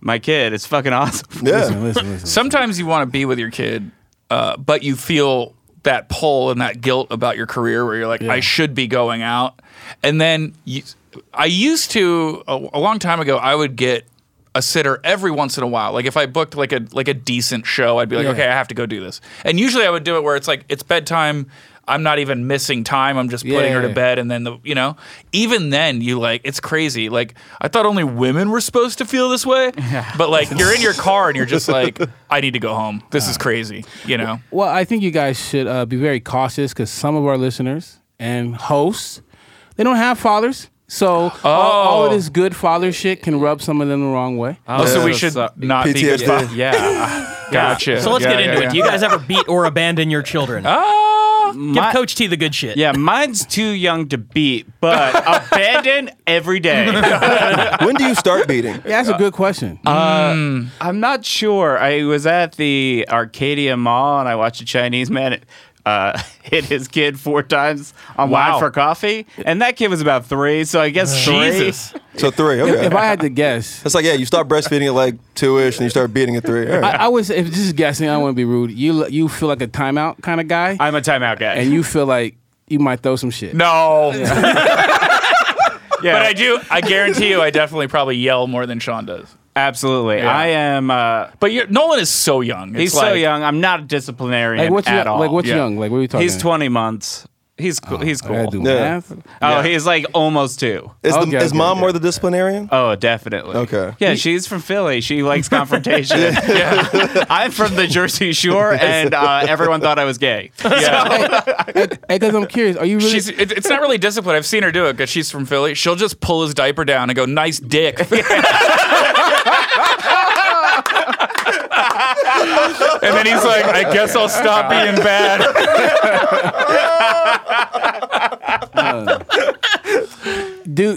my kid. It's fucking awesome.
Listen, Sometimes you want to be with your kid, uh, but you feel that pull and that guilt about your career where you're like, I should be going out. And then you, I used to a, a long time ago, I would get a sitter every once in a while. Like if I booked like a like a decent show, I'd be like,
Yeah.
okay, I have to go do this. And usually I would do it where it's like it's bedtime. I'm not even missing time. I'm just putting her to
Yeah.
bed, and then the you know, even then you like it's crazy. Like I thought only women were supposed to feel this way, but like you're in your car and you're just like, I need to go home. This is crazy, you know.
Well, I think you guys should uh, be very cautious because some of our listeners and hosts, they don't have fathers. So all, all of
Oh.
this good father shit can rub some of them the wrong way.
Oh, so we should not be good.
PTSD.
fathers. Yeah, uh, gotcha.
So let's
Yeah,
get
yeah,
into it.
yeah.
Do you guys ever beat or abandon your children?
Ah.
Give Coach T the good shit.
Yeah, mine's too young to beat, but abandon every day.
when do you start beating?
that's a good question.
Uh,
Mm.
I'm not sure. I was at the Arcadia Mall and I watched a Chinese man uh, hit his kid four times on
Wow.
Wine for Coffee, and that kid was about three, so I guess three.
So three. Okay.
If I had to guess,
it's like yeah, you start breastfeeding at like two ish, and you start beating at three. All right.
I, I was if just guessing. I don't want to be rude. You you feel like a timeout kind of guy.
I'm a timeout guy,
and you feel like you might throw some shit.
No. But I do. I guarantee you, I definitely probably yell more than Sean does.
Absolutely,
Yeah.
I am. Uh,
but you're, Nolan is so young.
he's
It's
so
like-
young. I'm not a disciplinarian
Like, what's
at
young-
all.
like, what's Yeah. young? Like, what are we talking?
He's 20 months. He's cool. he's
I gotta
cool.
do Yeah. math?
Oh,
Yeah.
he's like almost two.
Is, the, is mom more the disciplinarian?
Oh, definitely.
Okay.
Yeah, she's from Philly. She likes confrontation.
Yeah.
Yeah. I'm from the Jersey Shore, and uh, everyone thought I was gay.
Because I'm curious. Are you really?
She's, it, it's not really discipline. I've seen her do it because she's from Philly. She'll just pull his diaper down and go, "Nice dick." and then he's like, "I guess I'll stop being bad."
Uh, do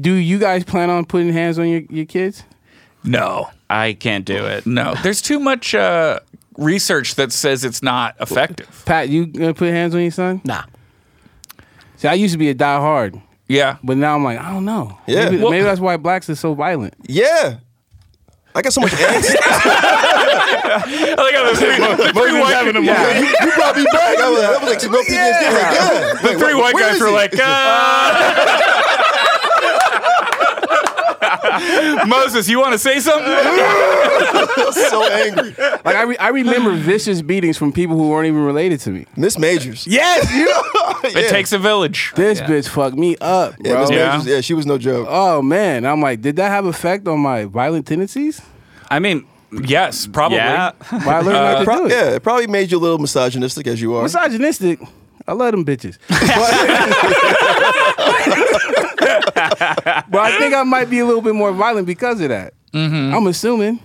do you guys plan on putting hands on your, your kids?
No,
I can't do it.
No, there's too much uh, research that says it's not effective.
Pat, you gonna put hands on your son?
Nah.
See, I used to be a die hard.
Yeah.
But now I'm like, I don't know.
Yeah.
Maybe,
Well-
maybe that's why blacks are so violent.
Yeah. I got so much angst.
I like how the three, the three
Morgan's
white
having a
people,
moment. You, you brought me back. I was, I was like, no PTSD. Like, yeah.
the three white
where
guys
is
were
he?
like, "Uh." Moses, you want to say something?
so angry.
Like I, re- I remember vicious beatings from people who weren't even related to me.
Miss Majors.
Yes, you.
It takes a village.
This bitch fucked me up,
Yeah,
bro.
Miss Majors, yeah, she was no joke.
Oh man, I'm like, did that have effect on my violent tendencies?
I mean,
yes, probably.
Yeah. Why I learned not
Uh,
to do it.
Yeah, it probably made you a little misogynistic as you are.
Misogynistic. I love them bitches. but I think I might be a little bit more violent because of that. Mm-hmm. I'm assuming.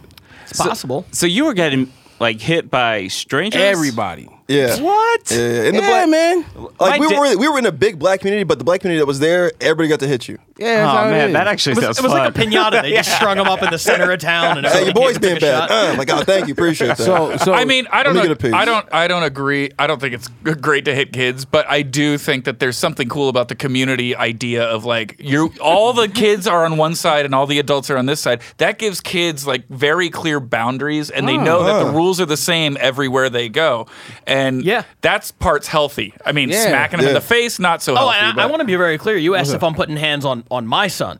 It's possible. So you were getting like hit by strangers.
Everybody.
Yeah.
What?
Yeah, yeah. In the
Yeah,
black,
man.
Like
My
we
di-
were, really- we were in a big black community, but the black community that was there, everybody got to hit you.
Yeah, that's
Oh,
how it
man,
is.
that actually
It was,
sounds
it was like a
fun.
pinata. They just
Yeah.
strung them up in the center of town. And
Hey, your boy's being bad.
shot.
Uh, I'm like, oh, thank you, appreciate that.
I mean, I don't
Let me
know.
get a piece.
I don't. I don't agree. I don't think it's g- great to hit kids, but I do think that there's something cool about the community idea of like you. All the kids are on one side and all the adults are on this side. That gives kids like very clear boundaries, and they know that
Ah.
the rules are the same everywhere they go. and yeah, that's part's healthy. I mean,
Yeah.
smacking him in
Yeah.
the face, not so
oh,
healthy.
and
but-
I, I want to be very clear. You asked if I'm putting hands on on my son.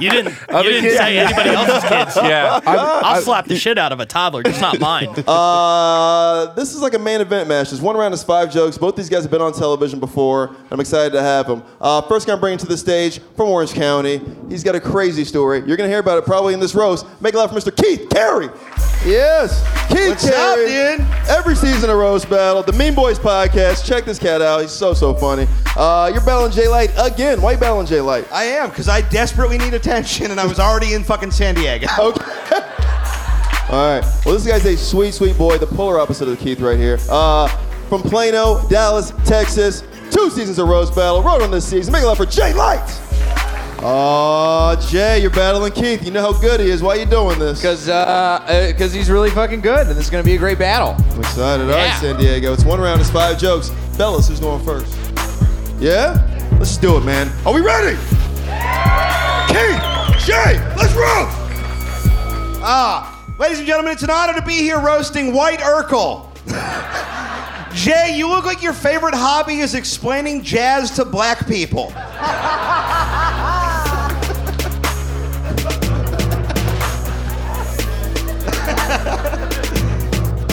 you didn't. You
Other
didn't
kids?
say anybody else's kids.
Yeah.
I'll slap the shit out of a toddler, just not mine.
Uh, this is like a main event match. There's one round is five jokes. Both these guys have been on television before. and I'm excited to have them. Uh, first guy I'm bringing to the stage from Orange County. He's got a crazy story. You're gonna hear about it probably in this roast. Make a laugh for Mr. Keith Carey. Yes, Keith Carey. Every season a roast battle. The Mean Boys podcast. Check this cat out. He's so so funny. Uh, you're battling Jay Light again. Why you battling Jay Light?
I am because I desperately need attention, and I was already in fucking San Diego.
Okay. All right. Well, this guy's a sweet, sweet boy, the polar opposite of Keith right here. Uh, from Plano, Dallas, Texas, two seasons of Rose Battle, road on this season. Make it up for Jay Light. Oh, Jay, you're battling Keith. You know how good he is. Why are you doing this? Because uh, uh, he's really fucking good, and it's going to be a great battle. I'm excited. All right, San Diego. It's one round, it's five jokes. Bellas, who's going first? Yeah? Let's do it, man. Are we ready?
Keith, Jay, let's roast! Ah, ladies and gentlemen, it's an honor to be here roasting White Urkel. Jay, you look like your favorite hobby is explaining jazz to black people.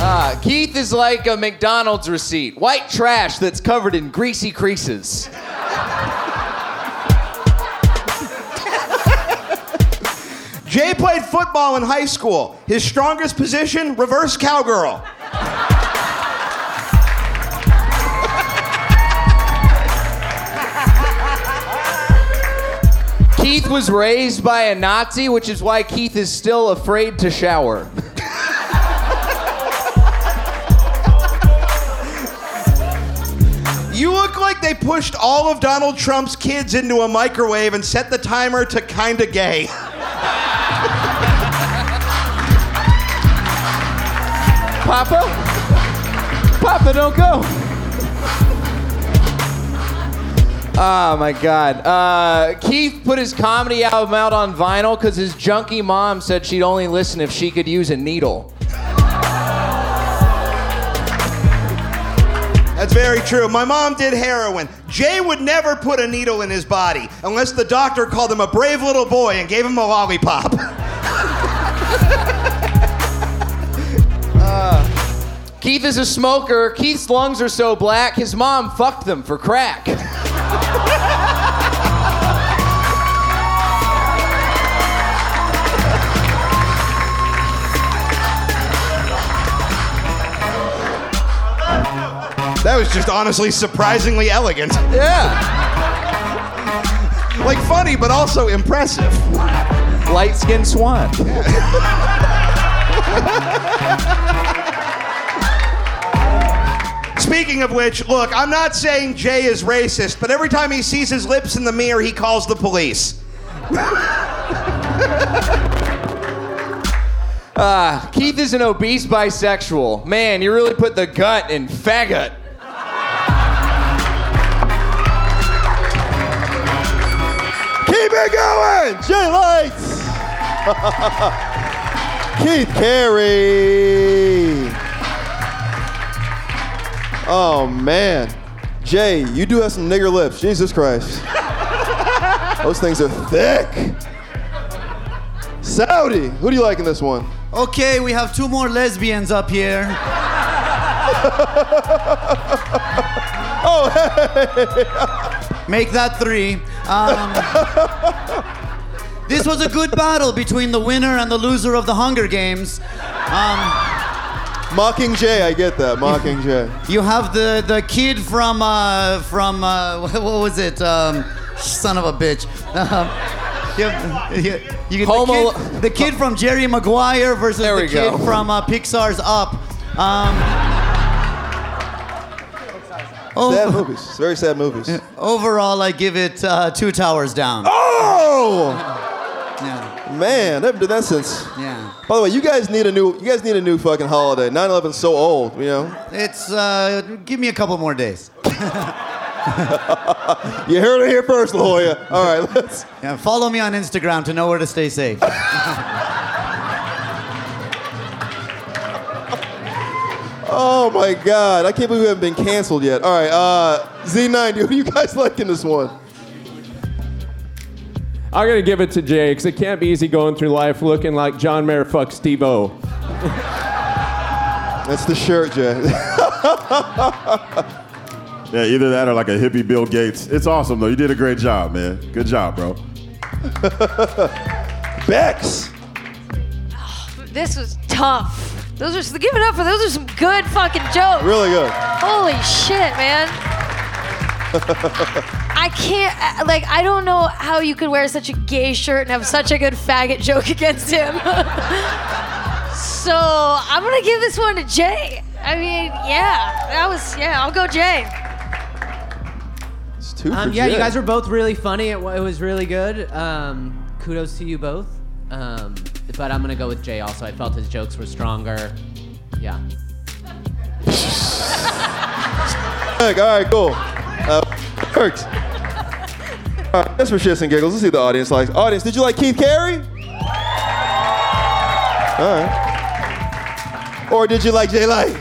Ah, Keith is like a McDonald's receipt, white trash that's covered in greasy creases.
Jay played football in high school. His strongest position, reverse cowgirl.
Keith was raised by a Nazi, which is why Keith is still afraid to shower.
You look like they pushed all of Donald Trump's kids into a microwave and set the timer to kinda gay.
Papa? Papa, don't go. Oh my God. Uh, Keith put his comedy album out on vinyl because his junky mom said she'd only listen if she could use a needle.
That's very true. My mom did heroin. Jay would never put a needle in his body unless the doctor called him a brave little boy and gave him a lollipop.
Uh, Keith is a smoker. Keith's lungs are so black, his mom fucked them for crack.
That was just honestly surprisingly elegant.
Yeah.
Like funny, but also impressive.
Light skinned swan.
Speaking of which, look, I'm not saying Jay is racist, but every time he sees his lips in the mirror, he calls the police.
Uh, Keith is an obese bisexual. Man, you really put the gut in faggot.
Keep it going! Jay Lights! Keith Carey! Oh, man. Jay, you do have some nigger lips. Jesus Christ. Those things are thick. Saudi, who do you like in this one?
Okay, we have two more lesbians up here.
oh,
Make that three. Um, this was a good battle between the winner and the loser of the Hunger Games. Um,
Mocking Jay, I get that. Mocking Jay.
you have the, the kid from uh, from uh, what was it? Um, son of a bitch. Um, you, you, you- the, kid, the kid from Jerry Maguire versus the
we
kid
go.
from uh, Pixar's Up. Um, Oh.
Sad movies. It's very sad movies.
Overall, I give it uh, two towers down.
Oh!
Yeah.
Man, I haven't done that since.
Yeah.
By the way, you guys need a new. You guys need a new fucking holiday. 9/11's so old, you know.
It's uh, give me a couple more days.
you heard it here first, La Jolla. All right, let's.
Yeah, follow me on Instagram to know where to stay safe.
Oh, Oh my God! I can't believe we haven't been canceled yet. All right, uh, Z90, who do you guys like in this one?
I'm gonna give it to Jay because it can't be easy going through life looking like John Mayer fucks Steve O.
That's the shirt, Jay.
Yeah, either that or like a hippie Bill Gates. It's awesome though. You did a great job, man. Good job, bro.
Bex.
This was tough. Those are give it up for those are some good fucking jokes.
Really good.
Holy shit, man! I can't I- like I don't know how you could wear such a gay shirt and have such a good faggot joke against him. so I'm gonna give this one to Jay. I mean, yeah, that was yeah. I'll go Jay.
It's two
Um,
for
yeah, you
Jay.
guys were both really funny. It, wa- it was really good. Um, kudos to you both. Um, but I'm gonna go with Jay. Also, I felt his jokes were stronger. Yeah.
All right, cool. Uh, works. All right, that's for shits and giggles. Let's see what the audience likes. Audience, did you like Keith Carey? All right. Or did you like Jay Light?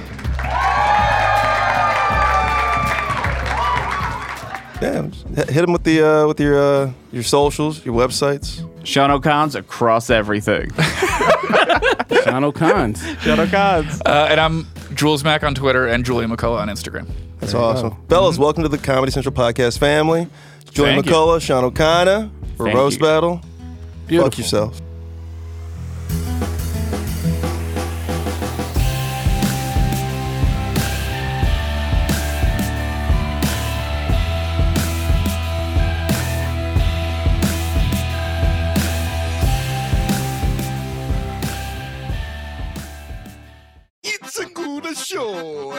Damn. Hit hit him with the uh, with your uh, your socials, your websites.
Sean O'Conn's across everything.
Sean O'Conn's.
Sean O'Conn's.
Uh, and I'm Jules Mack on Twitter and Julia McCullough on Instagram.
That's awesome. Fellas, welcome to the Comedy Central podcast family. Julian
Thank you.
McCullough, Sean O'Connor, for
Thank
roast
you.
battle. Fuck yourself.
It's a good show.